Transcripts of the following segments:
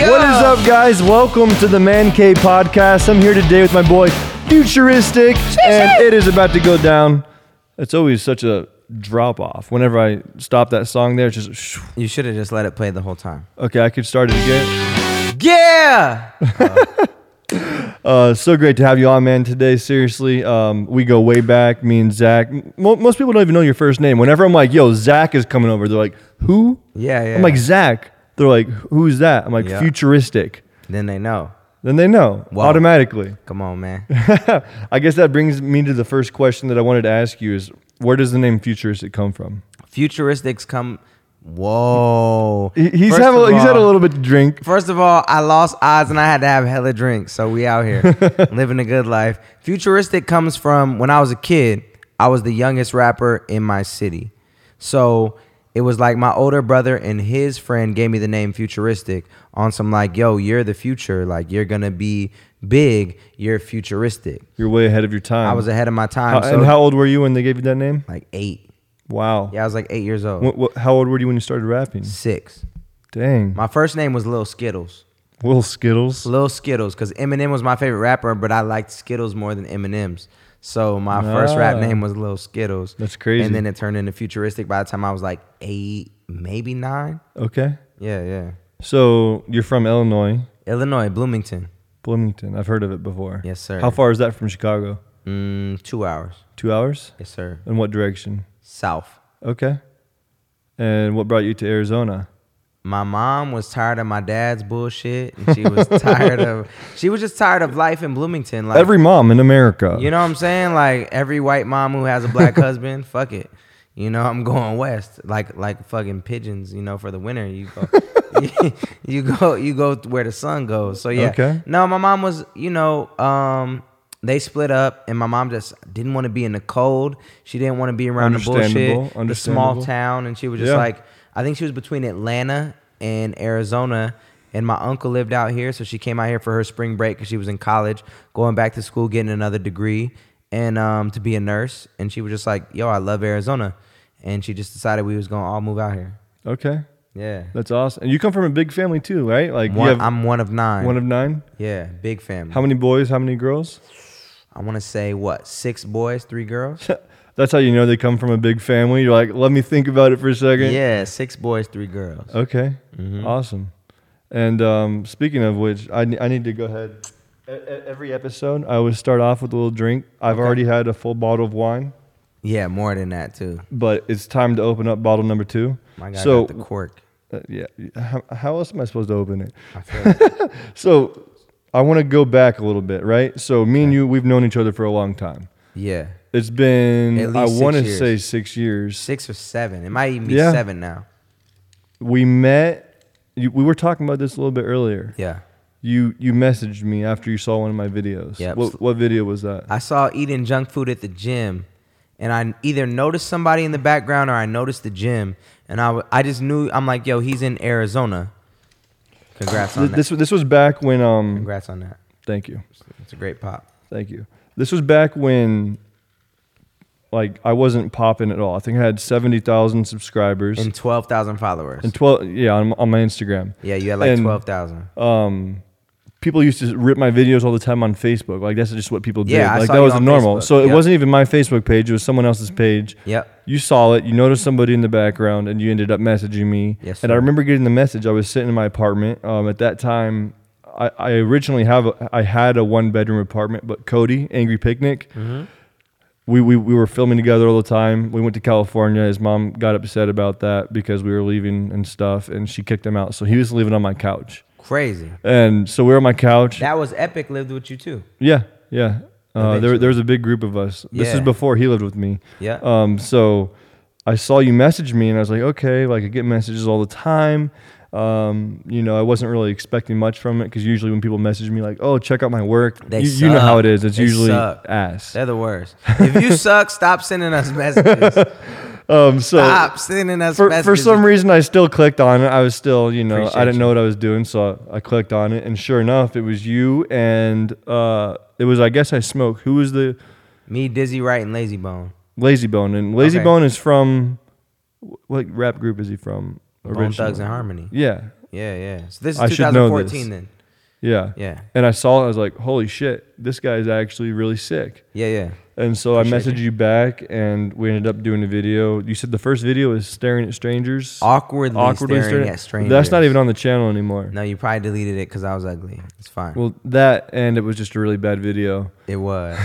up, guys? Welcome to the Man Cave Podcast. I'm here today with my boy Futuristic, and it is about to go down. It's always such a drop off. Whenever I stop that song, there, it's just shoo. You should have just let it play the whole time. okay. I could start it again. Yeah. Uh, so great to have you on, man. Today, seriously, um, we go way back. Me and Zach. Mo- most people don't even know your first name. Whenever I'm like, "Yo, Zach is coming over," they're like, "Who?" Yeah, yeah. I'm like Zach. They're like, "Who's that?" I'm like, Yeah. "Futuristic." Then they know. Then they know Wow. automatically. Come on, man. I guess that brings me to the first question that I wanted to ask you is where does the name futuristic come from? Futuristics come. Whoa. He- He's, First have of a, he's had a all- little bit to drink. First of all, I lost eyes and I had to have hella drinks. So we out here living a good life. Futuristic comes from when I was a kid, I was the youngest rapper in my city. So it was like my older brother and his friend gave me the name Futuristic on some like, yo, you're the future. Like, you're going to be big. You're futuristic. You're way ahead of your time. I was ahead of my time. how, so Um, uh, And how old were you when they gave you that name? like eight. Wow. Yeah, I was like eight years old. Wh- wh- how old were you when you started rapping? Six. Dang. My first name was Lil Skittles. Will Skittles. Lil Skittles, because Eminem was my favorite rapper, but I liked Skittles more than Eminem's. So my first rap Ah. name was Lil Skittles. That's crazy. And then it turned into futuristic by the time I was like eight, maybe nine. Okay. Yeah, yeah. So you're from Illinois, Illinois, Bloomington. Bloomington. I've heard of it before. Yes, sir. How far is that from Chicago? Mm, two hours. Two hours? Yes, sir. In what direction? South. Okay. And what brought you to Arizona? my mom was tired of my dad's bullshit and she was tired of she was just tired of life in bloomington like Every mom in America. you know what i'm saying like every white mom who has a black husband fuck it you know i'm going west like like fucking pigeons you know for the winter you go you go you go where the sun goes so yeah Okay. no my mom was you know um they split up and my mom just didn't want to be in the cold she didn't want to be around the bullshit Understandable, the small understandable. town and she was just Yeah. like I think she was between Atlanta and Arizona. And my uncle lived out here, so she came out here for her spring break because she was in college, going back to school, getting another degree, and um, to be a nurse. And she was just like, "Yo, I love Arizona," and she just decided we was gonna all move out here. Okay. Yeah, That's awesome. And you come from a big family too, right? Like you one, have I'm one of nine. one of nine. yeah, big family. How many boys? How many girls? I want to say what six boys, three girls. That's how you know they come from a big family. You're like, let me think about it Uh, for a second. yeah, Mm-hmm. six boys, three girls. Okay. Awesome. And um, speaking of which, I, ne- I need to go ahead. E- e- Every episode, I always start off with a little drink. I've already had a full bottle of wine, Yeah, more than that too. but it's time to open up bottle number two. My guy so, got the cork. uh, yeah, how, how else am I supposed to open it? I feel it. So, I want to go back a little bit, right? So, me and you, we've known each other for a long time. yeah, It's been At I least want to six years. say six years. six or seven. It might even be Yeah. seven now. We met. You, we were talking about this a little bit earlier. Yeah. You you messaged me after you saw one of my videos. Yep. What what video was that? I saw eating junk food at the gym, and I either noticed somebody in the background or I noticed the gym, and I, w- I just knew I'm like, yo, he's in Arizona. Congrats on Th- that. This this was back when um. Congrats on that. Thank you, It's a great pop. thank you. This was back when. Like I wasn't popping at all. I think I had seventy thousand subscribers And twelve thousand followers. and twelve. Yeah, on, on my Instagram. yeah, you had like and- twelve thousand. um people used to rip my videos all the time on Facebook. Like that's just what people did. Yeah, I like saw that you was on normal. Facebook. So it Yep. wasn't even my Facebook page, it was someone else's page. Yep. You saw it, you noticed somebody in the background and you ended up messaging me. Yes, and I sir. remember getting the message. I was sitting in my apartment. Um at that time I, I originally have a, I had a one bedroom apartment, but Cody, Angry Picnic, Mm-hmm. we, we we were filming together all the time. We went to California. His mom got upset about that because we were leaving and stuff, and she kicked him out. So he was living on my couch. Crazy. And so we were on my couch. That was epic. Lived with you too. yeah, yeah. Uh, there, Eventually. there was a big group of us. This is Yeah. before he lived with me. Yeah. Um, so I saw you message me, and I was like, okay, like I get messages all the time. Um, you know, I wasn't really expecting much from it because usually when people message me, like, oh, check out my work, They you, you know how it suck. is. It's They usually suck. ass. They're the worst. If you suck, stop sending us messages. Um, so Stop sending us for, messages. for some reason I still clicked on it. I was still, you know, I Appreciate didn't you. know what I was doing, so I, I clicked on it, and sure enough, it was you, and uh, it was I guess I smoke. Who was the Me, Dizzy Wright, and Lazy Bone. Lazy Bone? And Lazy Okay. Bone is from wh- what rap group is he from? Bone originally? Thugs and Harmony. Yeah, Yeah, yeah. So this is I should know 2014 this. then. Yeah. Yeah. And I saw it. I was like, holy shit, this guy's actually really sick. Yeah, yeah. And so I Appreciate messaged you back, and we ended up doing a video. You said the first video is staring at strangers. Awkwardly, staring, staring- at strangers. That's not even on the channel anymore. No, you probably deleted it because I was ugly. It's fine. Well, that and it was just a really bad video. it was.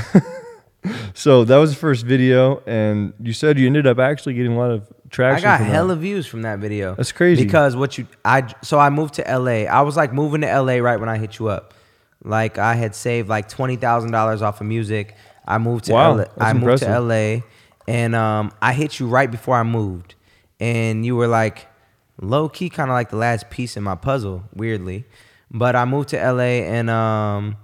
So that was the first video, and you said you ended up actually getting a lot of I traction. got from that. hella views from that video. That's crazy. Because what you I so I moved to LA. I was like moving to LA right when I hit you up. Like I had saved like twenty thousand dollars off of music. I moved to Wow, LA. that's I moved impressive. to LA, and um, I hit you right before I moved, and you were like low key, kind of like the last piece in my puzzle, weirdly. But I moved to LA, and um,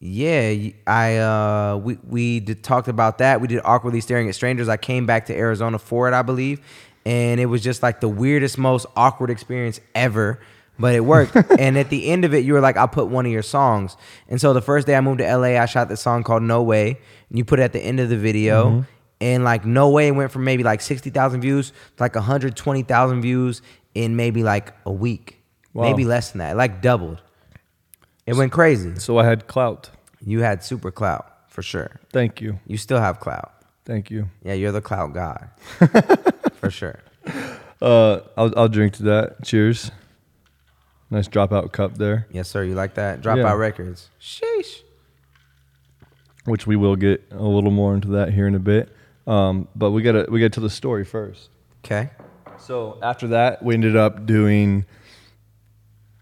yeah, y- I uh, we we did, talked about that. We did awkwardly staring at strangers. I came back to Arizona for it, I believe, and it was just like the weirdest, most awkward experience ever. But it worked. and at the end of it, you were like, "I'll put one of your songs." And so the first day I moved to LA, I shot this song called "No Way," and you put it at the end of the video. And like "No Way" went from maybe like sixty thousand views to like one hundred twenty thousand views in maybe like a week, Wow. maybe less than that. It, Like doubled. It went crazy. So I had clout. You had super clout for sure. Thank you, You still have clout. thank you. Yeah, you're the clout guy for sure. Uh, I'll I'll drink to that. Cheers. Nice dropout cup there, Yes, sir. You like that? Dropout Yeah. Records. Sheesh. which we will get a little more into that here in a bit. Um, but we gotta we gotta tell the story first. Okay. So after that, we ended up doing.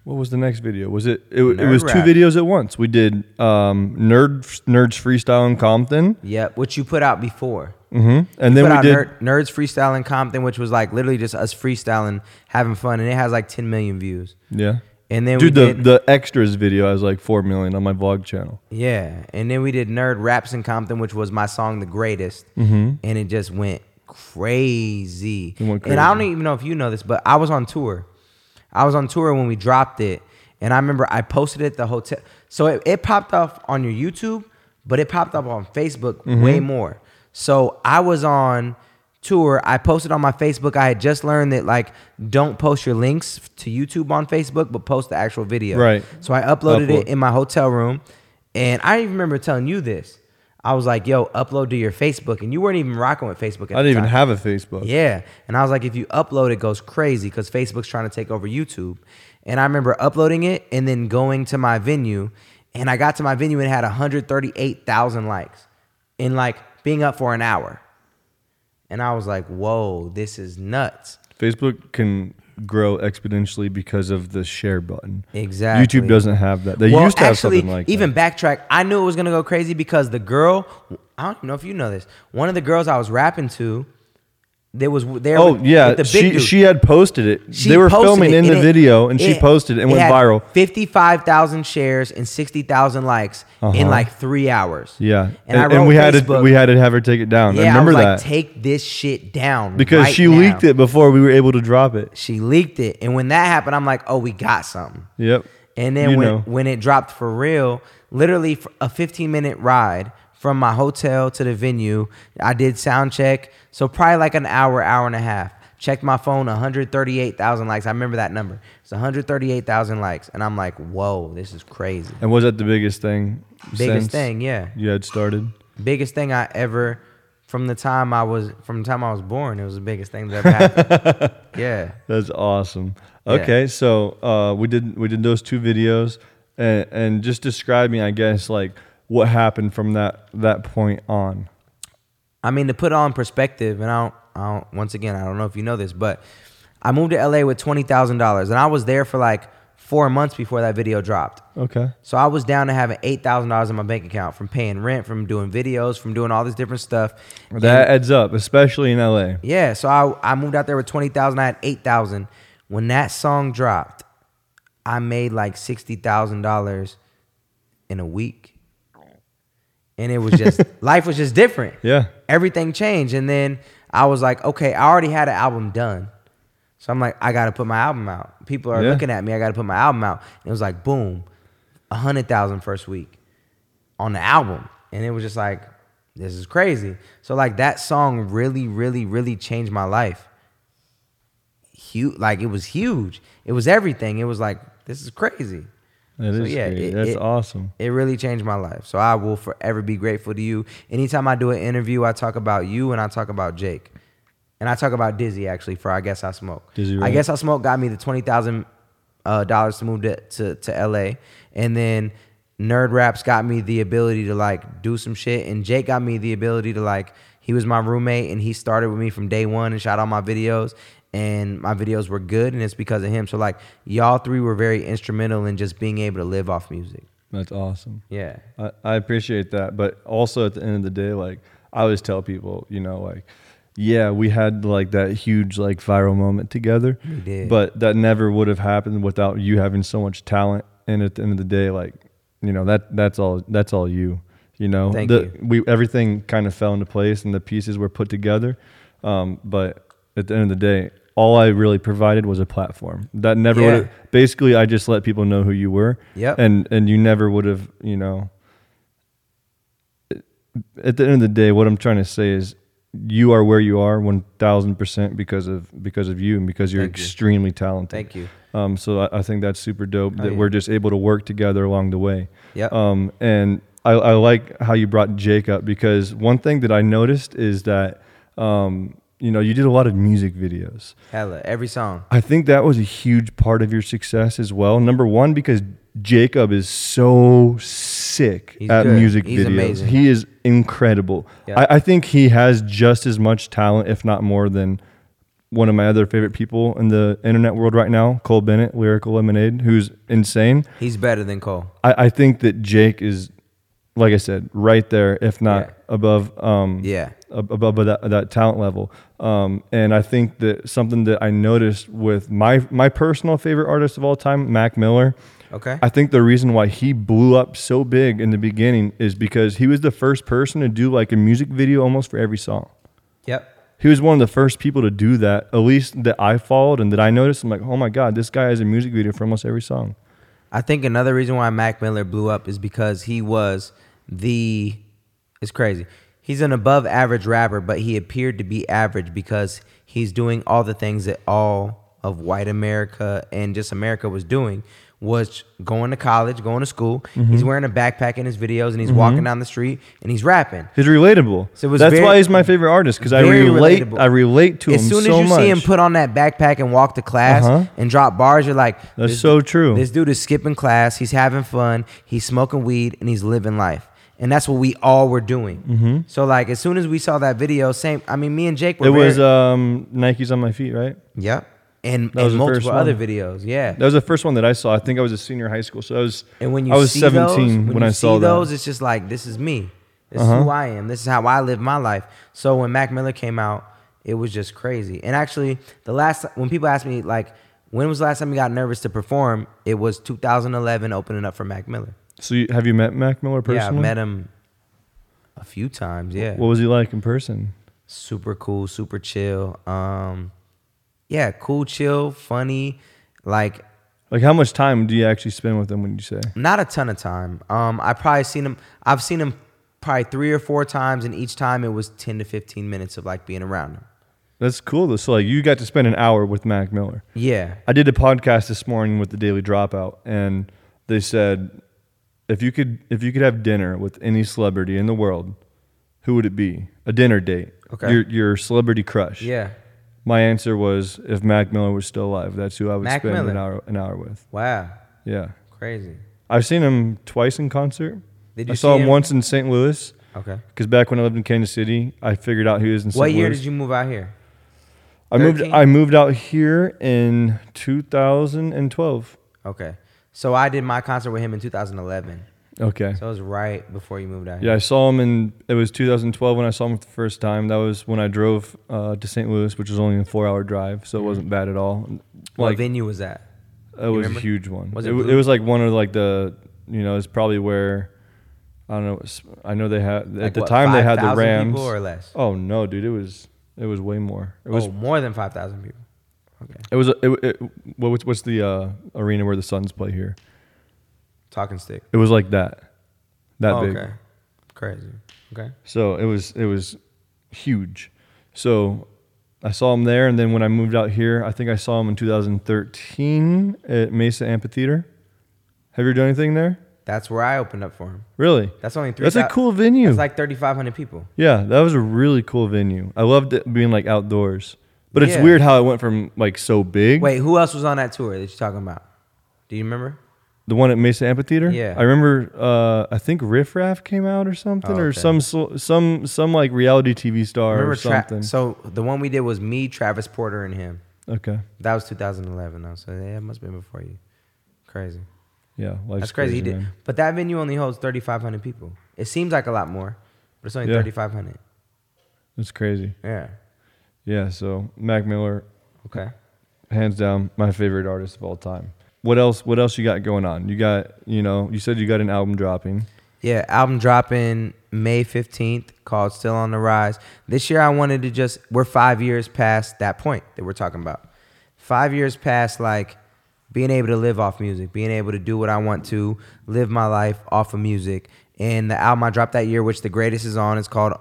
What was the next video? Was it? It, it Nerd was rap. two videos at once. We did um, nerd nerds freestyle in Compton, Yep. What you put out before. hmm and then put we out did. Nerd, Nerds Freestyling Compton, which was like literally just us freestyling, having fun, and it has like 10 million views. Yeah, And then dude, we the did, the extras video has like four million on my vlog channel. yeah, and then we did Nerd Raps in Compton, which was my song, the greatest, and it just went crazy. Mm-hmm. It went And I crazy. don't don't even know if you know this, but I was on tour. I was on tour when we dropped it, and I remember I posted it at the hotel. So it, it popped up on your YouTube, but it popped up on Facebook Mm-hmm. way more. So I was on tour. I posted on my Facebook. I had just learned that like don't post your links to YouTube on Facebook, but post the actual video. Right. So I uploaded Upload. it in my hotel room, and I even remember telling you this. I was like, "Yo, upload to your Facebook," and you weren't even rocking with Facebook. At I the didn't even time. have a Facebook. Yeah. And I was like, if you upload, it goes crazy because Facebook's trying to take over YouTube. And I remember uploading it and then going to my venue. And I got to my venue and it had 138,000 likes in like being up for an hour. And I was like, whoa, this is nuts. Facebook can grow exponentially because of the share button. Exactly. YouTube doesn't have that. They well, used to have actually, something like that. even backtrack. I knew it was gonna go crazy because the girl. I don't know if you know this. One of the girls I was rapping to, there was there. Oh with- yeah, with the big she dude. she had posted it. She they were posted filming it, in and the it- video, and she posted it and went had viral. 55,000 shares and 60,000 likes in like three hours. Uh-huh. Yeah, And, I wrote we had Facebook, to we had to have her take it down. yeah, I remember I was that like, take this shit down. because right she now." leaked it before we were able to drop it. She leaked it. And when that happened, I'm like, oh, we got something. Yep. And then You when, know. when it dropped for real, literally f- a 15 minute ride from my hotel to the venue, I did sound check. So probably like an hour, hour and a half. Checked my phone, 138,000 likes. I remember that number. It's 138,000 likes. And I'm like, whoa, this is crazy. And was that the biggest thing? Biggest since thing, yeah. You had started. Biggest thing I ever, from the time I was, from the time I was born, it was the biggest thing that ever happened. yeah. That's awesome. Yeah. Okay, so uh, we did we did those two videos, and, and just describing, I guess, like what happened from that that point on. I mean, to put it all in perspective, and I don't, I don't, once again, I don't know if you know this, but I moved to LA with $20,000 and I was there for like four months before that video dropped. Okay. So I was down to having $8,000 in my bank account from paying rent, from doing videos, from doing all this different stuff. That adds up, especially in LA. Yeah, so I, I moved out there with 20,000, I had 8,000. When that song dropped, I made like $60,000 in a week. And it was just life was just different. Yeah. Everything changed and then I was like, okay, I already had an album done. So I'm like, I got to put my album out. People are Yeah. looking at me. I got to put my album out. And it was like, boom, 100,000 first week on the album. And it was just like, this is crazy. So like that song really, really, really changed my life. Huge, like it was huge. It was everything. It was like, this is crazy. That is So, yeah, crazy. it- That's it- awesome. It really changed my life. So I will forever be grateful to you. Anytime I do an interview, I talk about you and I talk about Jake. And I talk about Dizzy actually for I Guess I Smoke. Dizzy I Wright. Guess I Smoke got me the twenty thousand uh, dollars to move to, to to LA. And then Nerd Raps got me the ability to like do some shit. And Jake got me the ability to like he was my roommate and he started with me from day one and shot all my videos. And my videos were good and it's because of him. So like y'all three were very instrumental in just being able to live off music. That's awesome. Yeah. I, I appreciate that. But also at the end of the day, like I always tell people, you know, like, yeah, we had like that huge like viral moment together. We did. But that never would have happened without you having so much talent. And at the end of the day, like, you know, that that's all that's all you. You know, Thank the, you. we everything kind of fell into place and the pieces were put together. Um, but at the end of the day, all I really provided was a platform that never Yeah. would. Basically, I just let people know who you were. Yep. And and you never would have, you know. At the end of the day, what I'm trying to say is, you are where you are 1,000 percent because of because of you and because you're Thank you. extremely talented. Thank you. Um, so I, I think that's super dope Oh, that yeah. we're just able to work together along the way. Yep. Um, and I, I like how you brought Jake up because one thing that I noticed is that, um, you know, you did a lot of music videos. Hella. Every song. I think that was a huge part of your success as well. Number one, because Jacob is so sick He's at good. music He's videos. amazing. He is incredible. Yeah. I, I think he has just as much talent, if not more, than one of my other favorite people in the internet world right now, Cole Bennett, Lyrical Lemonade, who's insane. He's better than Cole. I, I think that Jake is, like I said, right there, if not Yeah. above. Um, Yeah. ab- above that, that talent level. Um, and I think that something that I noticed with my my personal favorite artist of all time, Mac Miller. Okay. I think the reason why he blew up so big in the beginning is because he was the first person to do like a music video almost for every song. yep. He was one of the first people to do that, at least that I followed and that I noticed. I'm like, oh my god, this guy has a music video for almost every song. I think another reason why Mac Miller blew up is because he was the. It's crazy. He's an above average rapper, but he appeared to be average because he's doing all the things that all of white America and just America was doing was going to college, going to school. He's wearing a backpack in his videos and he's walking down the street and he's rapping. He's relatable. So it was That's very- why he's my favorite artist because I Very relate. relatable. I relate to as him soon so as you much. see him put on that backpack and walk to class Uh-huh. and drop bars, you're like, That's this- so true. This dude is skipping class. He's having fun. He's smoking weed and he's living life. And that's what we all were doing. So like, as soon as we saw that video, same. I mean, me and Jake were. Mm-hmm. it was very- um, Nikes on my feet, right? yep. And, was and the first multiple one. other videos, yeah. That was the first one that I saw. I think I was a senior in high school, so I was. And when you I was see those, seventeen when, when you I saw see those, that. Uh-huh. it's just like this is me. This is who I am. This is how I live my life. So when Mac Miller came out, it was just crazy. And actually, the last when people ask me like, when was the last time you got nervous to perform? It was 2011, opening up for Mac Miller. So you, have you met Mac Miller Yeah, I personally? met him a few times. Yeah, What was he like in person? super cool, super chill. Um, yeah, cool, chill, funny. Like Like how much time do you actually spend with him? When you say Not a ton of time. Um, I probably seen him. I've seen him probably three or four times, and each time it was ten to fifteen minutes of like being around him. that's cool. Though. So like you got to spend an hour with Mac Miller. Yeah, I did a podcast this morning with the Daily Dropout, and they said if you could if you could have dinner with any celebrity in the world, who would it be? A dinner date. Okay. Your your celebrity crush. yeah. My answer was if Mac Miller was still alive, that's who I would Mac spend an Miller. hour an hour with. Wow, Yeah. crazy. I've seen him twice in concert. Did I you saw see him, him- once in St. Louis Okay. because back when I lived in Kansas City, I figured out who was in St. What Louis. year did you move out here? I moved. 13? I moved out here in 2012. Okay, so I did my concert with him in 2011. Okay. So it was right before you moved out here. Yeah, I saw him in. It was 2012 when I saw him for the first time. That was when I drove uh, to St. Louis, which was only a four-hour drive, so it wasn't bad at all. Mm-hmm. What Like venue was that? it was remember? a huge one. Was it, it w- blue? it was like one of like the you know it's probably where I don't know. it's- I know they had Like, at the what, time they had the 5,000 Rams. people or less. Oh no, dude! It was it was way more. It was oh, more than five thousand people. Okay, it was it, it, what, what's- what's the uh, arena where the Suns play here? talking stick. It was like that, that Oh, big. okay, crazy. Okay, So it was it was huge. So I saw him there, and then when I moved out here, I think I saw him in 2013 at Mesa Amphitheater. Have you ever done anything there? That's where I opened up for him. Really? That's only three. That's a cool venue. It's like 3,500 people. yeah, that was a really cool venue. I loved it being like outdoors. But it's Yeah. weird how it went from like so big. Wait, who else was on that tour that you're talking about? Do you remember? The one at Mesa Amphitheater. Yeah. I remember. Uh, I think Riff Raff came out or something, Oh, or okay. some so- some some like reality TV star remember or Tra- something. so the one we did was me, Travis Porter, and him. okay. That was 2011 though, so yeah, it must have been before you. Crazy. Yeah. Life's That's crazy. He did, man. but that venue only holds 3,500 people. It seems like a lot more, but it's only Yeah. 3,500. It's crazy. Yeah. Yeah. So Mac Miller, Okay. hands down, my favorite artist of all time. What else? What else you got going on? You got you know you said you got an album dropping. Yeah, album dropping May 15th called Still on the Rise. This year I wanted to just we're 5 years past that point that we're talking about. 5 years past like being able to live off music, being able to do what I want to, live my life off of music. And the album I dropped that year which the greatest is on is called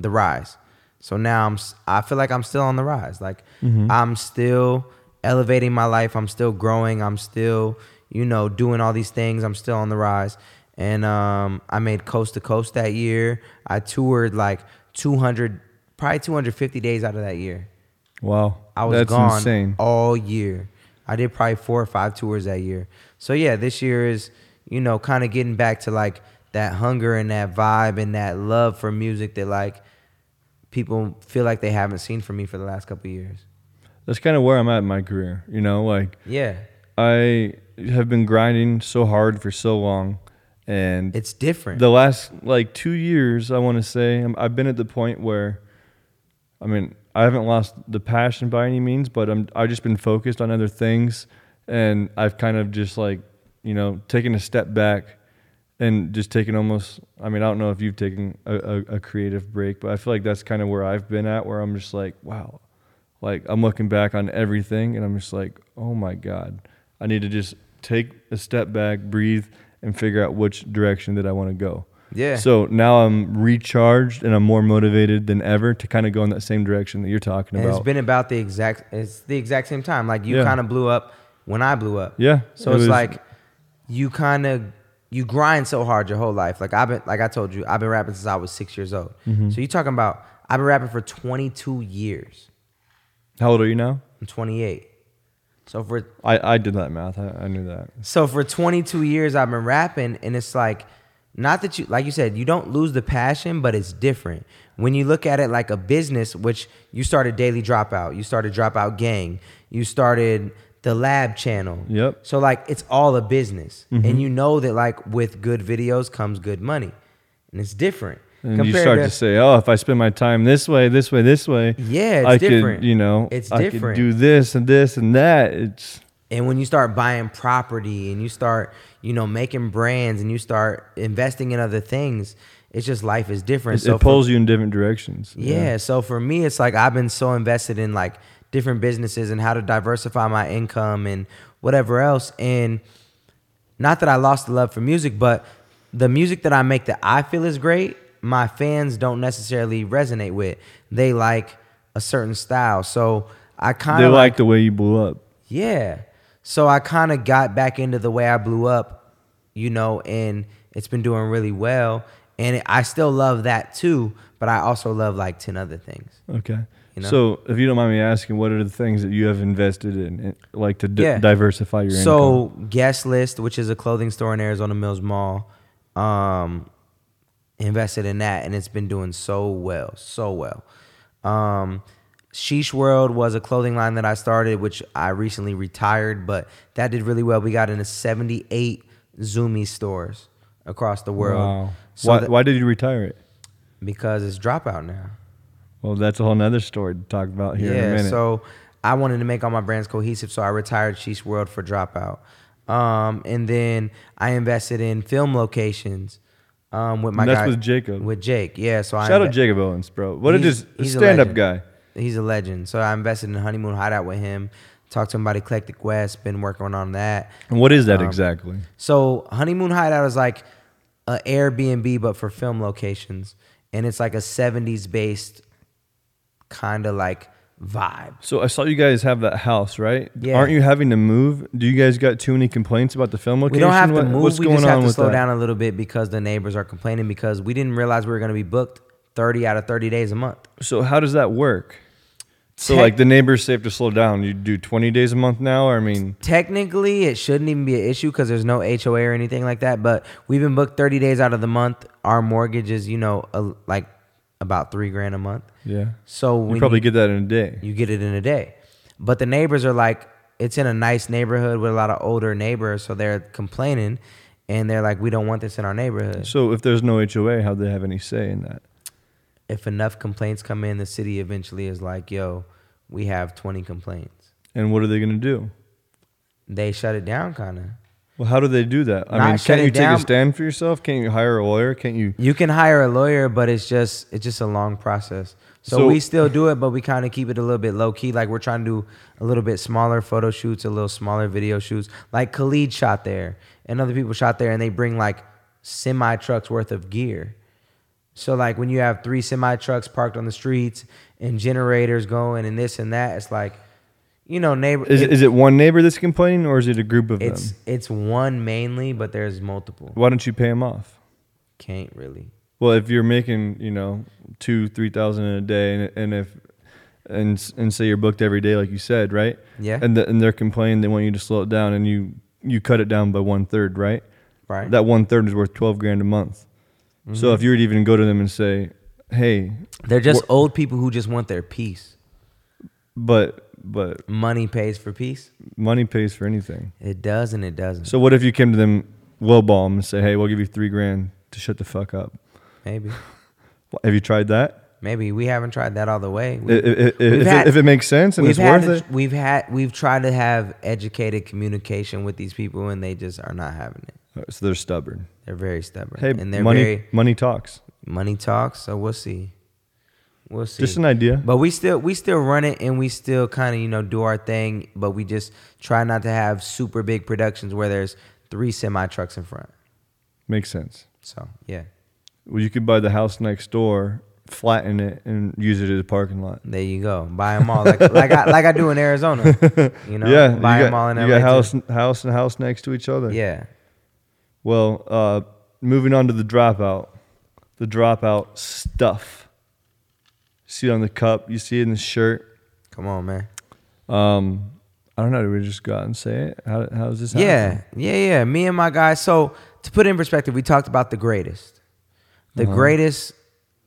The Rise. So now I'm s- I feel like I'm still on the rise. Like I'm still elevating my life. I'm still growing. I'm still, you know, doing all these things. I'm still on the rise. And um I made coast to coast that year. I toured like 200 probably 250 days out of that year. Wow. I was That's gone insane. all year. I did probably four or five tours that year. So yeah, this year is you know kind of getting back to like that hunger and that vibe and that love for music that like people feel like they haven't seen from me for the last couple of years. That's kind of where I'm at in my career. You know, like Yeah, I have been grinding so hard for so long, and it's different. the last like two years i want to say I'm, i've been at the point where i mean i haven't lost the passion by any means but i'm i've just been focused on other things and i've kind of just like you know taken a step back and just taken almost i mean i don't know if you've taken a, a, a creative break but i feel like that's kind of where i've been at where i'm just like wow like i'm looking back on everything and i'm just like oh my god i need to just take a step back breathe and figure out which direction that i want to go yeah, so now i'm recharged and i'm more motivated than ever to kind of go in that same direction that you're talking and about it's been about the exact it's the exact same time. Like you Yeah. kind of blew up when I blew up. yeah So it it's was- like you kind of you grind so hard your whole life. Like I've been like I told you, I've been rapping since I was six years old. Mm-hmm. So you're talking about I've been rapping for 22 years. how old are you now I'm 28. So for i i did that math i, I knew that so for 22 years I've been rapping, and it's like not that you like you said you don't lose the passion, but it's different when you look at it like a business. Which you started Daily Dropout, you started Dropout Gang, you started the Lab Channel. Yep. Mm-hmm. So like it's all a business, and you know that like with good videos comes good money, and it's different. and you start to, say oh if i spend my time this way this way this way yeah, it's i different. could you know it's i different. could do this and this and that it's And when you start buying property and you start, you know, making brands and you start investing in other things, it's just life is different. it, so it pulls you in different directions for, yeah. So for me, it's like I've been so invested in like different businesses and how to diversify my income and whatever else. And not that I lost the love for music, but the music that I make that I feel is great, my fans don't necessarily resonate with. They like a certain style. So I kind they of like the way you blew up yeah. So I kind of got back into the way I blew up, you know, and it's been doing really well. And I still love that too, but I also love like 10 other things. Okay. You know? So, if you don't mind me asking, what are the things that you have invested in, in- like to d- Yeah. diversify your income? So, Guest List, which is a clothing store in Arizona Mills Mall, um, invested in that and it's been doing so well, so well. Um, Sheesh World was a clothing line that I started, which I recently retired, but that did really well. We got into 78 Zoomy stores across the world. wow. So why, that- why did you retire it? because it's dropout now. Well, that's a whole nother story to talk about here in a minute. So I wanted to make all my brands cohesive, so I retired Sheesh World for Dropout. Um, and then I invested in film locations um, with my And that's guy- with Jacob. With Jake, yeah. So I Shout out inve- Jacob Owens, bro. What a He's- just he's a stand up legend. guy. He's a legend. So I invested in Honeymoon Hideout with him. Talked to him about Eclectic West. Been working on that. And what is that Um, exactly? So honeymoon hideout is like a Airbnb but for film locations, and it's like a '70s based kind of like vibe. So I saw you guys have that house, right? Yeah. Aren't you having to move? Do you guys got too many complaints about the film We location? don't have to What- move. What's we going just on have to with slow that? down a little bit because the neighbors are complaining because we didn't realize we were going to be booked 30 out of 30 days a month. So how does that work? So like the neighbors say have to slow down. You do 20 days a month now. Or, I mean, Technically, it shouldn't even be an issue because there's no HOA or anything like that. But we've been booked 30 days out of the month. Our mortgage is, you know, a, like about three grand a month. yeah. So You when probably get that in a day. you get it in a day. But the neighbors are like, it's in a nice neighborhood with a lot of older neighbors, so they're complaining, and they're like, we don't want this in our neighborhood. So if there's no HOA, how do they have any say in that? If enough complaints come in, the city eventually is like, yo, we have 20 complaints. And what are they going to do? They shut it down, kind of. Well, how do they do that? I Not mean, shut can't it you take down. a stand for yourself? Can't you hire a lawyer? Can't you? You can hire a lawyer, but it's just it's just a long process. So, So- we still do it, but we kind of keep it a little bit low key. Like we're trying to do a little bit smaller photo shoots, a little smaller video shoots. Like Khalid shot there, and other people shot there, and they bring like semi trucks worth of gear. So like when you have three semi trucks parked on the streets and generators going and this and that, it's like, you know, neighbor. Is, it- is it one neighbor that's complaining or is it a group of it's them? it's one mainly, but there's multiple. Why don't you pay them off? Can't really. Well, if you're making, you know, two, three thousand in a day, and, and if and s- and say you're booked every day, like you said, right? Yeah. And the, and they're complaining they want you to slow it down, and you you cut it down by one third, right? Right. Mm-hmm. That one third is worth twelve grand a month. So if you were to even go to them and say, "Hey, They're just old people who just want their peace. but but money pays for peace? money pays for anything," It does and it doesn't. so what if you came to them lowball 'em and say, "Hey, we'll give you three grand to shut the fuck up." Maybe. Have you tried that? Maybe we haven't tried that all the I- way. I- I- We, If, we've it- had- if it makes sense and we've it's had worth to- it, we've had we've tried to have educated communication with these people and they just are not having it. Uh, so they're stubborn. They're very stubborn. Hey, and they're money very money talks. money talks, so we'll see. We'll see. Just an idea. But we still we still run it and we still kind of you know do our thing, but we just try not to have super big productions where there's three semi trucks in front. Makes sense. So yeah, Well, you could buy the house next door, flatten it, and use it as a parking lot. There you go. Buy them all like like I like I do in Arizona. You know, yeah, buy you got, them all in you LA. got too. house, house, and house next to each other. Yeah, Well, uh, moving on to the dropout, the dropout stuff. See it on the cup. You see it in the shirt. come on, man. Um, I don't know. Did we just go out and say it? How, how does this happen? Yeah, yeah, yeah. Me and my guys. So to put it in perspective, we talked about the greatest. The Uh-huh. greatest,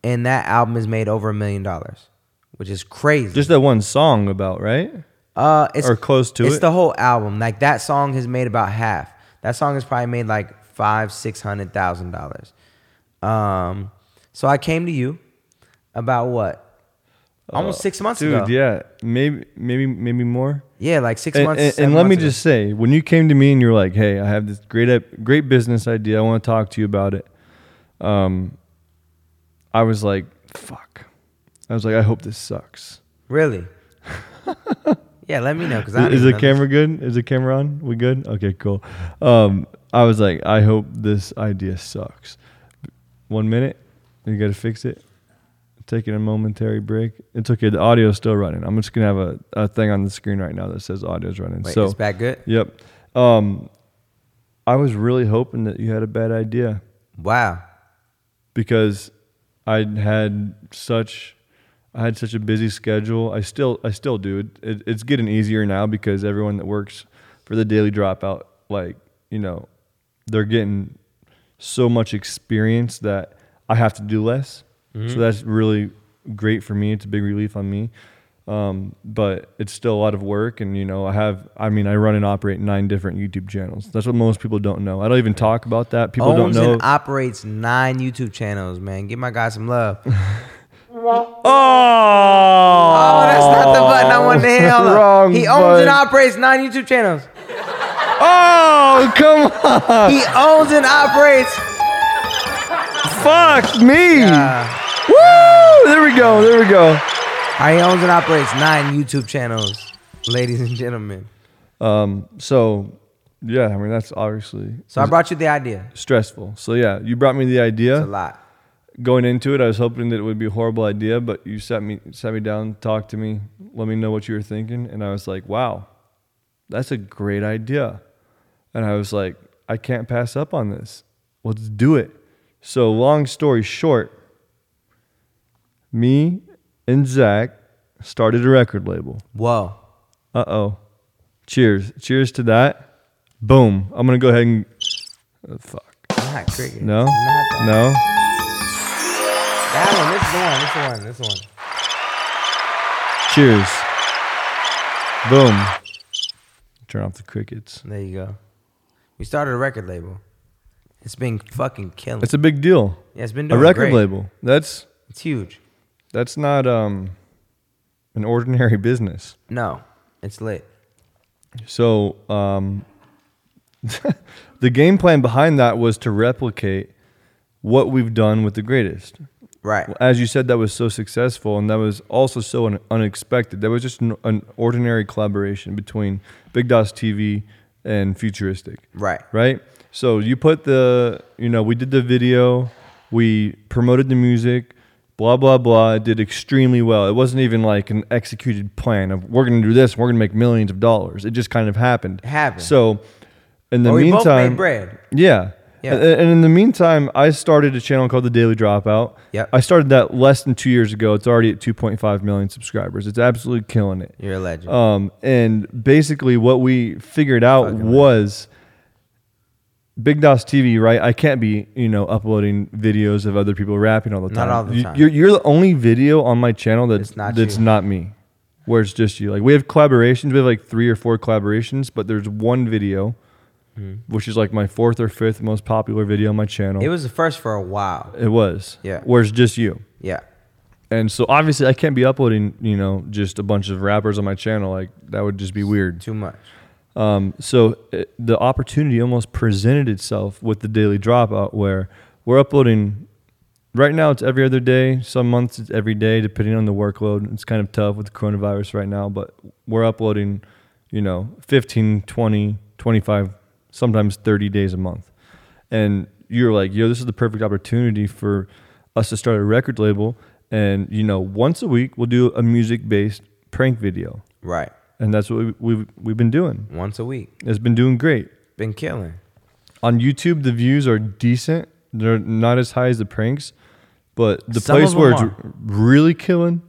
and that album has made over a million dollars, which is crazy. Just that one song about right uh, it's or close to it's it. the whole album. Like that song has made about half. That song has probably made like five, six hundred thousand dollars. Um, so I came to you about what? Almost six months dude. ago. Yeah, maybe maybe maybe more. Yeah, like six and, months. and- seven and let me months ago. just say, when you came to me and you were like, "Hey, I have this great ep- great business idea. I want to talk to you about it," um, I was like, "Fuck." I was like, "I hope this sucks." really. yeah, let me know because I don't Is, is even the know camera good? Is the camera on? We good? Okay, cool. Um, I was like, "I hope this idea sucks." One minute, you got to fix it. Taking a momentary break. It's okay. The audio's still running. I'm just gonna have a, a thing on the screen right now that says audio's running. This. Wait, so it's back good. Yep. Um, I was really hoping that you had a bad idea Wow. because I had such I had such a busy schedule. I still I still do. It, it, it's getting easier now because everyone that works for the daily dropout, like you know, they're getting so much experience that I have to do less. So that's really great for me. It's a big relief on me. Um, but it's still a lot of work, and you know, I have. I mean, I run and operate nine different YouTube channels. That's what most people don't know. I don't even talk about that. People Owns don't know. and operates nine YouTube channels, man. Give my guy some love. oh, Oh, that's not the button I wanted to hit. Hold on. Wrong he owns button. and operates nine YouTube channels. Oh, come on. he owns and operates. Fuck me. Uh, Woo! There we go. There we go. he owns and operates nine YouTube channels, ladies and gentlemen. Um, so yeah, I mean that's obviously So I brought you the idea. stressful. So yeah, you brought me the It's a idea lot. going into it, I was hoping that it would be a horrible idea, but you sat me sat me down, talked to me, let me know what you were thinking, and I was like, wow, that's a great idea, and I was like, I can't pass up on this. Let's do it. So long story short, me and Zach started a record label. Whoa. Uh oh. Cheers. Cheers to that. Boom. I'm gonna go ahead and Oh, fuck. Not cricket. No. Not that. No. That one. This is the one. This is the one. This is the Cheers. one. Boom. Turn off the crickets. There you go. We started a record label. It's been fucking killing. It's a big deal. yeah, it's been A doing record great. label. That's It's huge. that's not um an ordinary business. No, it's lit. So um, the game plan behind that was to replicate what we've done with the greatest. Right. As you said, that was so successful, and that was also so un- unexpected. That was just an, an ordinary collaboration between Big DOS TV and Futuristic. Right. right? So you put the, you know, we did the video, we promoted the music, blah blah blah. It did extremely well. It wasn't even like an executed plan of we're gonna do this, we're gonna make millions of dollars. It just kind of happened. It happened. So, in the But we both meantime, made bread. yeah. Yeah. And, and in the meantime, I started a channel called The Daily Dropout. Yep. I started that less than two years ago. It's already at 2.5 million subscribers. It's absolutely killing it. You're a legend. Um, and basically, what we figured out Fucking was Big DOS TV, right? I can't be, you know, uploading videos of other people rapping all the Not time. all the You- time. You're, you're the only video on my channel that's It's not that's you. not me, where it's just you. Like we have collaborations, we have like three or four collaborations, but there's one video, which is like my fourth or fifth most popular video on my channel. Hmm. it was the first for a while. It was. Yeah. Where it's just you Yeah. and so obviously I can't be uploading, you know, just a bunch of rappers on my channel. Like that would just be weird. Too much. Um, so it, the opportunity almost presented itself with the daily dropout, where we're uploading. Right now, it's every other day. Some months it's every day, depending on the workload. It's kind of tough with the coronavirus right now, but we're uploading, you know, 15, 20, 25, sometimes 30 days a month. And you're like, yo, this is the perfect opportunity for us to start a record label. And, you know, once a week, we'll do a music based prank video. Right. And that's what we, we've, we've been doing Once a week. has been doing great. Been killing. On YouTube, the views are decent. They're not as high as the pranks, but the Some place of 'em where it's are. really killing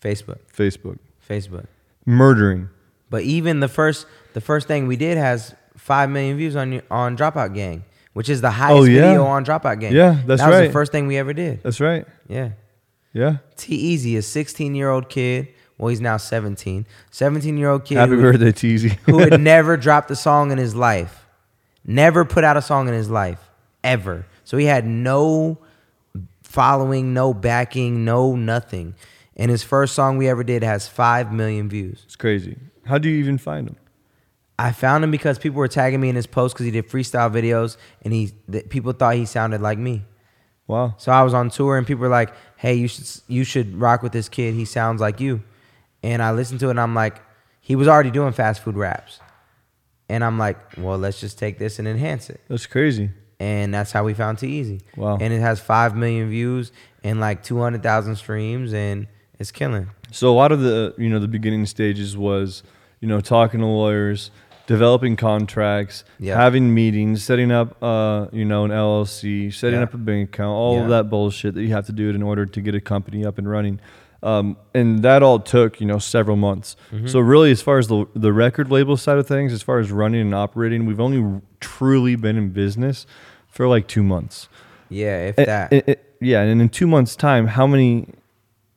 Facebook. Facebook, Facebook. murdering. But even the first the first thing we did has five million views on your- on Dropout Gang, which is the highest Oh, yeah. video on Dropout Gang. Yeah, that's that was right. the first thing we ever did. That's right. Yeah. Yeah. T Easy, a 16 year old kid. Well, he's now 17. 17 year old kid Happy who, birthday, TZ. who had never dropped a song in his life, never put out a song in his life, ever. So he had no following, no backing, no nothing. And his first song we ever did has 5 million views. it's crazy. How do you even find them? I found him because people were tagging me in his post because he did freestyle videos and he th- people thought he sounded like me. Wow. So I was on tour and people were like, "Hey, you should you should rock with this kid. He sounds like you." And I listened to it and I'm like, he was already doing fast food raps. And I'm like, "Well, let's just take this and enhance it." That's crazy. And that's how we found T Easy. Wow. And it has 5 million views and like 200,000 streams and it's killing. So a lot of the you know the beginning stages was you know talking to lawyers, developing contracts, Yeah. having meetings, setting up uh you know an LLC, setting Yeah. up a bank account, all of Yeah. that bullshit that you have to do in order to get a company up and running. Um, and that all took you know several months. Mm-hmm. So really, as far as the the record label side of things, as far as running and operating, we've only truly been in business for like two months. Yeah, if A- that. a- a- yeah, and in two months' time, how many?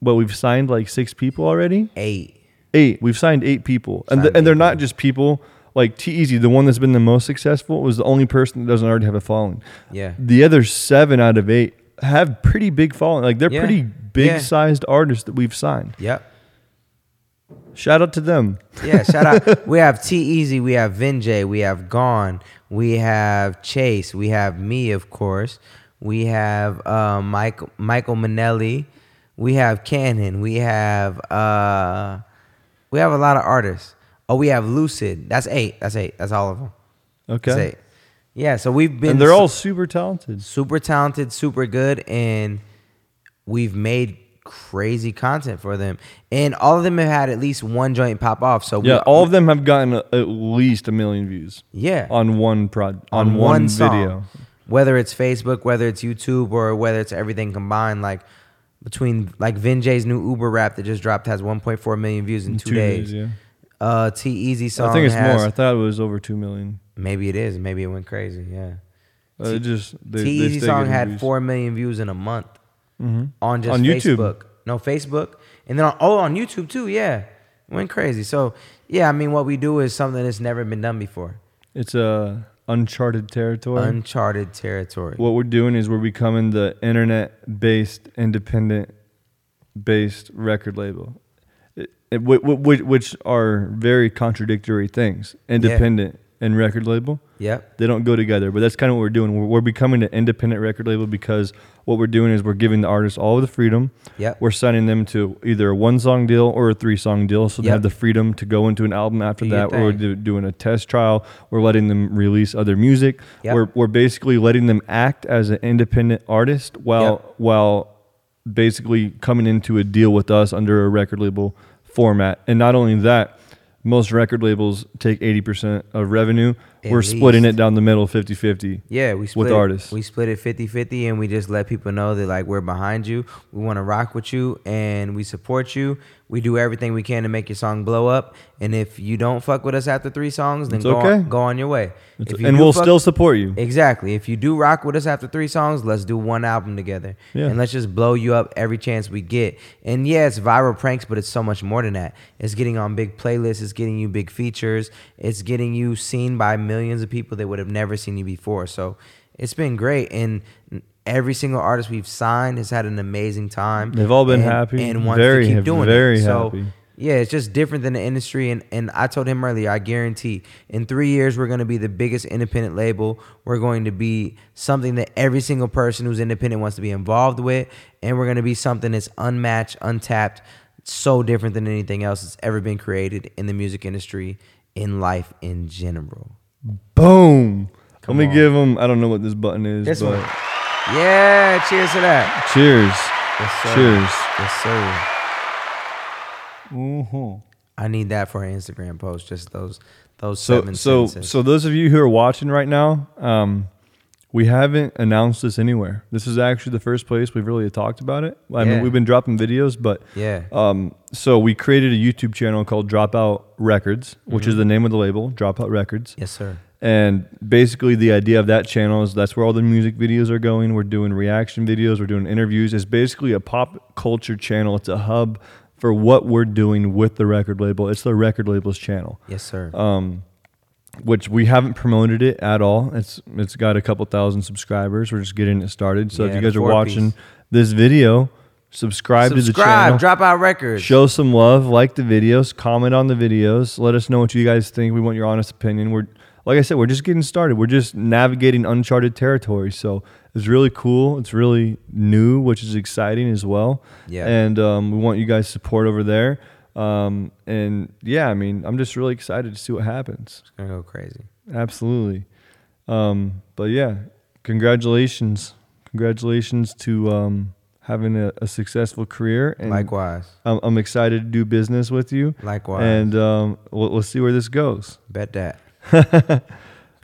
Well, we've signed like six people already Eight. eight. We've signed eight people, and Signed th- and they're eight not just people like T Easy. The one that's been the most successful was the only person that doesn't already have a following. Yeah. The other seven out of eight have pretty big following. Like they're Yeah. pretty big Yeah. sized artists that we've signed. Yep. Shout out to them. Yeah, shout out. We have T Easy, we have Vinjay, we have Gone, we have Chase, we have me, of course. We have uh, Michael Michael Manelli, we have Cannon, we have uh, we have a lot of artists. Oh, we have Lucid. That's eight. That's eight. That's all of them. That's Okay, eight. Yeah, so we've been and they're su- all super talented. super talented, super good, and we've made crazy content for them, and all of them have had at least one joint pop off. So Yeah, we, all of them have gotten a, at least a million views yeah, on one prod on, on one, one, song, video. Whether it's Facebook, whether it's YouTube, or whether it's everything combined, like between like Vinjay's new Uber rap that just dropped has 1.4 million views in two, Two days, days. yeah. Uh, T Easy song. I think it's has- more. I thought it was over two million. Maybe it is. Maybe it went crazy. Yeah. Uh, it just they, T they Easy stay song getting had views. Mm-hmm. four million views in a month on just On YouTube. Facebook. No Facebook, and then on, oh on YouTube too. Yeah, went crazy. So yeah, I mean what we do is something that's never been done before. It's uh, uncharted territory. Uncharted territory. what we're doing is we're becoming the internet-based, independent-based record label, it, it, which, which are very contradictory things. Independent and record label. yep. they don't go together. But that's kind of what we're doing. We're, we're becoming an independent record label because what we're doing is we're giving the artists all the freedom. Yep. We're signing them to either a one song deal or a three song deal, so they Yep. have the freedom to go into an album after Do your that. We're thing. do- doing a test trial. We're letting them release other music. Yep. We're we're basically letting them act as an independent artist while Yep. while basically coming into a deal with us under a record label format. And not only that, most record labels take 80% of revenue. At we're splitting least. it down the middle 50-50. Yeah, we split with it, artists. We split it 50-50 and we just let people know that like we're behind you. We want to rock with you and we support you. We do everything we can to make your song blow up. And if you don't fuck with us after 3 songs, then It's go okay. on, go on your way. If you and do we'll fuck- still support you. Exactly. If you do rock with us after three songs, let's do one album together. Yeah. And let's just blow you up every chance we get. And yeah, it's viral pranks, but it's so much more than that. It's getting on big playlists, it's getting you big features, it's getting you seen by millions of people that would have never seen you before. So it's been great. And every single artist we've signed has had an amazing time. They've all been and- happy, And wants very to keep happy, doing very it. So happy. yeah, it's just different than the industry. And, and I told him earlier, I guarantee in three years, we're going to be the biggest independent label. We're going to be something that every single person who's independent wants to be involved with. And we're going to be something that's unmatched, untapped, so different than anything else that's ever been created in the music industry, in life in general. Boom. Come Let me on. give them. I don't know what this button is, This but one. Yeah, cheers to that. cheers. Yes, sir. Cheers. Yes, sir. Mhm. I need that for an Instagram post, just those those So, seven so, sentences. so those of you who are watching right now, um, we haven't announced this anywhere. This is actually the first place we've really talked about it. I Yeah. mean, we've been dropping videos, but yeah. Um, so we created a YouTube channel called Dropout Records, which is the name of the label, Dropout Records. Mm-hmm. yes, sir. And basically, the idea of that channel is that's where all the music videos are going. We're doing reaction videos, we're doing interviews. It's basically a pop culture channel. It's a hub for what we're doing with the record label. It's the record label's channel Yes, sir. uh, which we haven't promoted it at all. It's it's got a couple thousand subscribers. We're just getting it started. So Yeah, if you guys the are four watching piece. this video, subscribe, to the channel. Subscribe, drop out records. Show some love, like the videos, comment on the videos. Let us know what you guys think. We want your honest opinion. We're like I said, we're just getting started. We're just navigating uncharted territory. So it's really cool. It's really new, which is exciting as well. Yeah. And um, we want you guys support over there. Um, and yeah, I mean, I'm just really excited to see what happens. It's gonna go crazy. Absolutely. Um, but yeah, congratulations. Congratulations to um, having a, a successful career. And Likewise, I'm, I'm excited to do business with you. likewise. And um, we'll, we'll see where this goes. Bet that.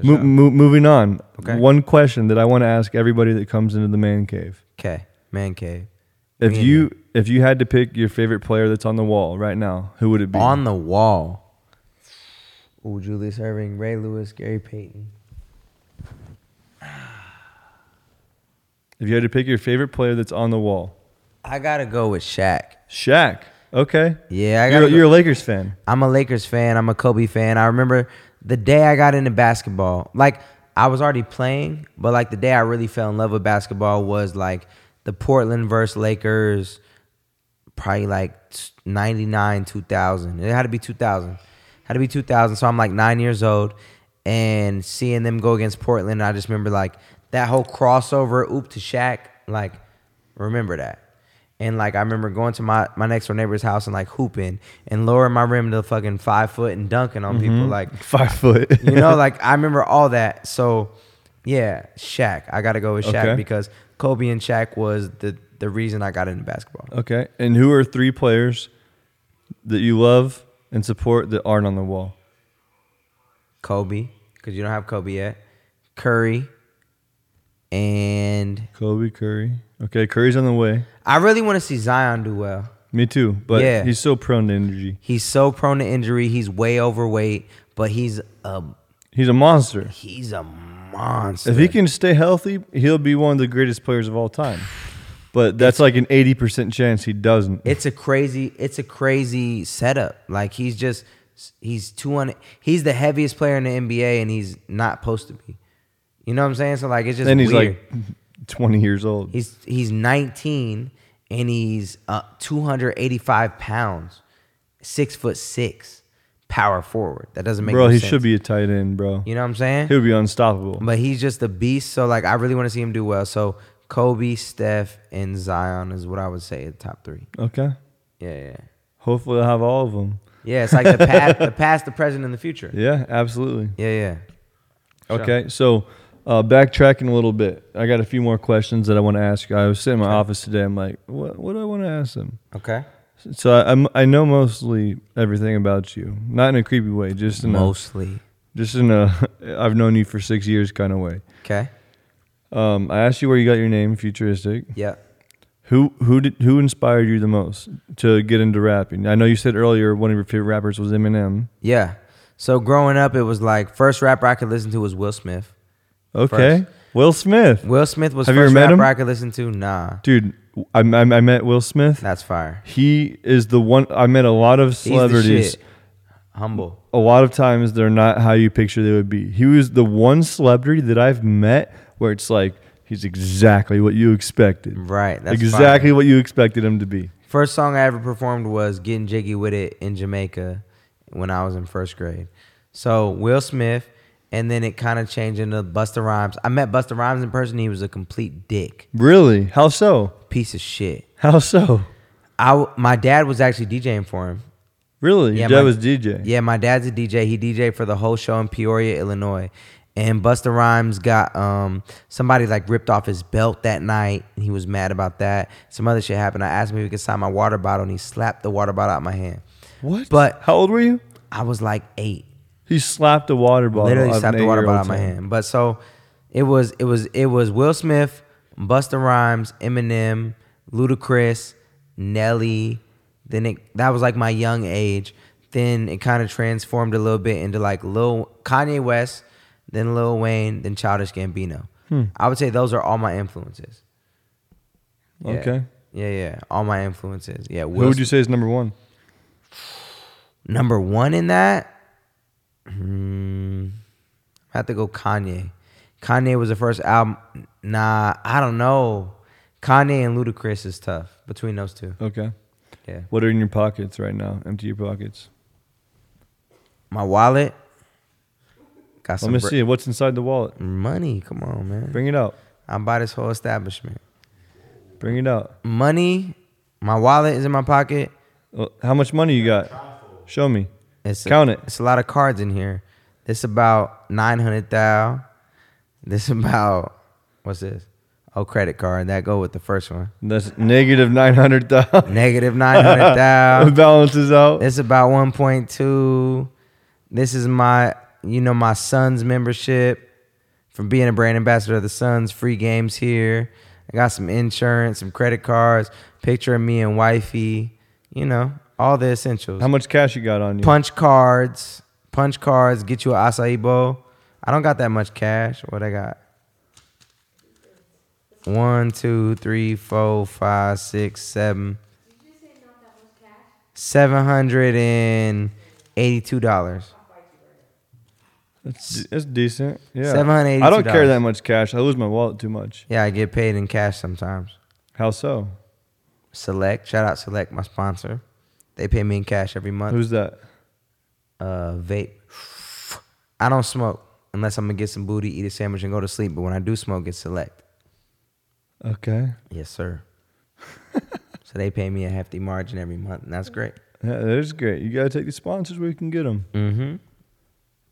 Mo- mo- moving on. Okay. One question that I want to ask everybody that comes into the man cave: Okay, man cave. If Me and you if you had to pick your favorite player that's on the wall right now, who would it be? on the wall. Ooh, Julius Irving, Ray Lewis, Gary Payton. if you had to pick your favorite player that's on the wall, I gotta go with Shaq. Shaq. Okay. Yeah, I gotta. You're, go- you're a Lakers fan. I'm a Lakers fan. I'm a Kobe fan. I remember the day I got into basketball. Like I was already playing, but like the day I really fell in love with basketball was like the Portland versus Lakers, probably like '99, 2000. It had to be 2000. Had to be 2000. So I'm like nine years old, and seeing them go against Portland, I just remember like that whole crossover, oop to Shaq, like remember that. And like I remember going to my, my next door neighbor's house and like hooping and lowering my rim to fucking five foot and dunking on people. Like Five foot. you know, like I remember all that. So yeah, Shaq. I gotta go with Shaq Okay. because Kobe and Shaq was the the reason I got into basketball. Okay. And who are three players that you love and support that aren't on the wall? Kobe, because you don't have Kobe yet. Curry, and Kobe Curry. Okay, Curry's on the way. I really want to see Zion do well. Me too. But Yeah. he's so prone to energy. He's so prone to injury. He's way overweight, but he's a He's a monster. he's a monster. If he can stay healthy, he'll be one of the greatest players of all time. But that's like an 80% chance he doesn't. it's a crazy it's a crazy setup like he's just he's 200 he's the heaviest player in the nba and he's not supposed to be you know what i'm saying so like it's just and he's weird. like 20 years old. he's he's 19 and he's uh, 285 pounds six foot six power forward that doesn't make Bro, no he sense. should be a tight end, bro. you know what i'm saying He'll be unstoppable. but he's just a beast so like i really want to see him do well so kobe steph and zion is what i would say the top three Okay. yeah yeah Hopefully, I'll have all of them. Yeah, it's like the past, the past, the present, and the future. Yeah, absolutely. Yeah, yeah. Sure. Okay, so uh, backtracking a little bit, I got a few more questions that I want to ask you. I was sitting in my office today. I'm like, what, what do I want to ask them? Okay. So I, I'm, I know mostly everything about you, not in a creepy way, just in Mostly. a, just in a I've known you for six years kind of way. Okay. Um, I asked you where you got your name, futuristic. Yeah. Who who did who inspired you the most to get into rapping? I know you said earlier one of your favorite rappers was Eminem. Yeah. So growing up, it was like first rapper I could listen to was Will Smith. Okay, Will Smith, Will Smith was Have you first ever met him? rapper I could listen to. Nah, dude. I, I, I met Will Smith. that's fire. He is the one. I met a lot of He's the celebrities. shit. Humble. A lot of times they're not how you picture they would be. He was the one celebrity that I've met where it's like he's exactly what you expected. Right. That's fire. exactly what you expected him to be. First song I ever performed was Getting Jiggy With It in Jamaica when I was in first grade. So Will Smith, and then it kind of changed into Busta Rhymes. I met Busta Rhymes in person. He was a complete dick, Really? How so? piece of shit. How so? I w- my dad was actually DJing for him. Really? Your Yeah, dad my- was DJ. Yeah, my dad's a DJ. He DJ for the whole show in Peoria, Illinois. And Busta Rhymes got um somebody like ripped off his belt that night, and he was mad about that. Some other shit happened. I asked him if he could sign my water bottle, and he slapped the water bottle out my hand. What? But- how old were you? I was like eight. He slapped a water bottle. Literally out of slapped an the water bottle eight-year-old's out my hand. But so it was it was it was Will Smith, Busta Rhymes, Eminem, Ludacris, Nelly. Then it that was like my young age. Then it kind of transformed a little bit into like Lil Kanye West, then Lil Wayne, then Childish Gambino. Hmm. I would say those are all my influences. Yeah. Okay. Yeah, yeah, all my influences. Yeah, Who would you say is number one? number one in that, hmm, I have to go Kanye. Kanye was the first album. Nah, I don't know. Kanye and Ludacris is tough between those two. Okay. Yeah, What are in your pockets right now? Empty your pockets. my wallet got some Let me br- see. What's inside the wallet? money. Come on, man. Bring it out. I buy this whole establishment. Bring it out. Money. My wallet is in my pocket. Well, Uh, How much money you got? Show me. It's a- Count it. It's a lot of cards in here. This about nine hundred thou. This about what's this? Oh, credit card. That go with the first one. That's negative nine hundred thousand. Negative nine hundred thou. Balances out. This about one point two. This is my you know my son's membership from being a brand ambassador of the Suns. Free games here. I got some insurance, some credit cards. Picture of me and wifey. You know all the essentials. How much cash you got on you? punch cards, punch cards, get you an acai bowl. I don't got that much cash. What I got? One, two, three, four, five, six, seven. Seven hundred and eighty-two dollars. That's, that's decent. Yeah. $782. I don't carry that much cash. I lose my wallet too much. Yeah, I get paid in cash sometimes. How so? Select, shout out Select, my sponsor. They pay me in cash every month. Who's that? Uh, vape. I don't smoke unless I'm gonna get some booty, eat a sandwich, and go to sleep. But when I do smoke, it's Select. Okay. Yes, sir. so they pay me a hefty margin every month, and that's great. Yeah, that is great. You gotta take the sponsors where you can get them. Mm-hmm.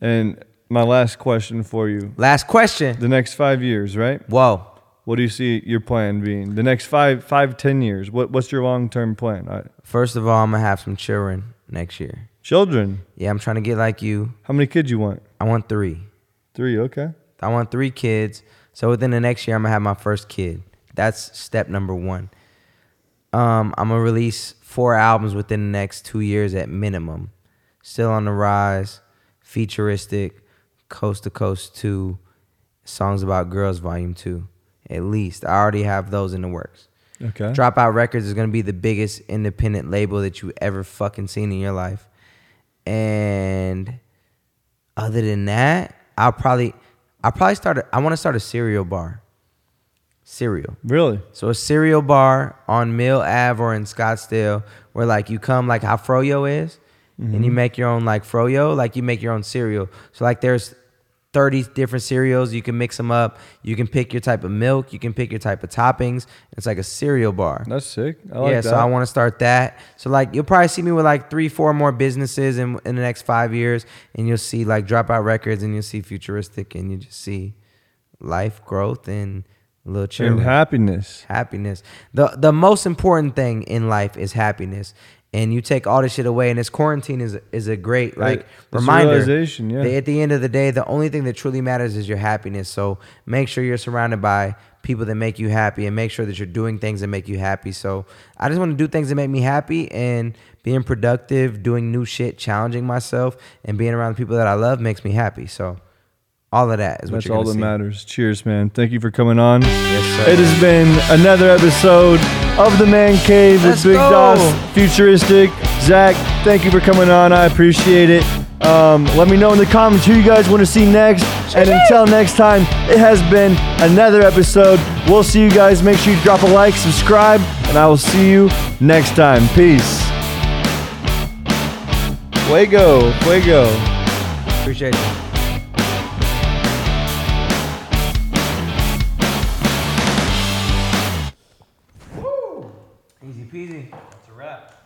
And my last question for you: Last question. the next five years, right? Whoa. What do you see your plan being the next five, five, ten years? What What's your long term plan? I, First of all, I'm gonna have some children next year. children. Yeah, I'm trying to get like you. How many kids you want? I want three. Three. Okay. I want three kids. So within the next year, I'm gonna have my first kid. That's step number one. Um, I'm gonna release four albums within the next two years at minimum. Still on the rise, futuristic, coast to coast two, songs about girls, volume two. At least I already have those in the works. Okay. Dropout Records is gonna be the biggest independent label that you ever fucking seen in your life. And other than that, I'll probably I'll probably start a, I wanna start a cereal bar. Cereal. Really? So a cereal bar on Mill Ave or in Scottsdale where like you come like how Froyo is and you make your own like Froyo, like you make your own cereal. So like there's 30 different cereals, you can mix them up, you can pick your type of milk, you can pick your type of toppings. It's like a cereal bar That's sick. I like yeah, that. so I want to start that. So like you'll probably see me with like three, four more businesses in in the next five years, and you'll see like Dropout Records, and you'll see Futuristic, and you just see life growth and little and children happiness. happiness. The the most important thing in life is happiness. And you take all this shit away, and this quarantine is is a great like it's a reminder. realization, yeah. that at the end of the day, the only thing that truly matters is your happiness. So make sure you're surrounded by people that make you happy, and make sure that you're doing things that make you happy. So I just want to do things that make me happy, and being productive, doing new shit, challenging myself, and being around the people that I love makes me happy. So all of that is what That's you're all that gonna see. matters. Cheers, man. Thank you for coming on. Yes, sir. It has been another episode of The Man Cave Let's with Big go. Dos Futuristic. Zach, thank you for coming on. I appreciate it. Um, let me know in the comments who you guys want to see next. And until next time, it has been another episode. We'll see you guys. Make sure you drop a like, subscribe, and I will see you next time. Peace. Fuego, fuego. Appreciate you. Easy peasy. That's a wrap.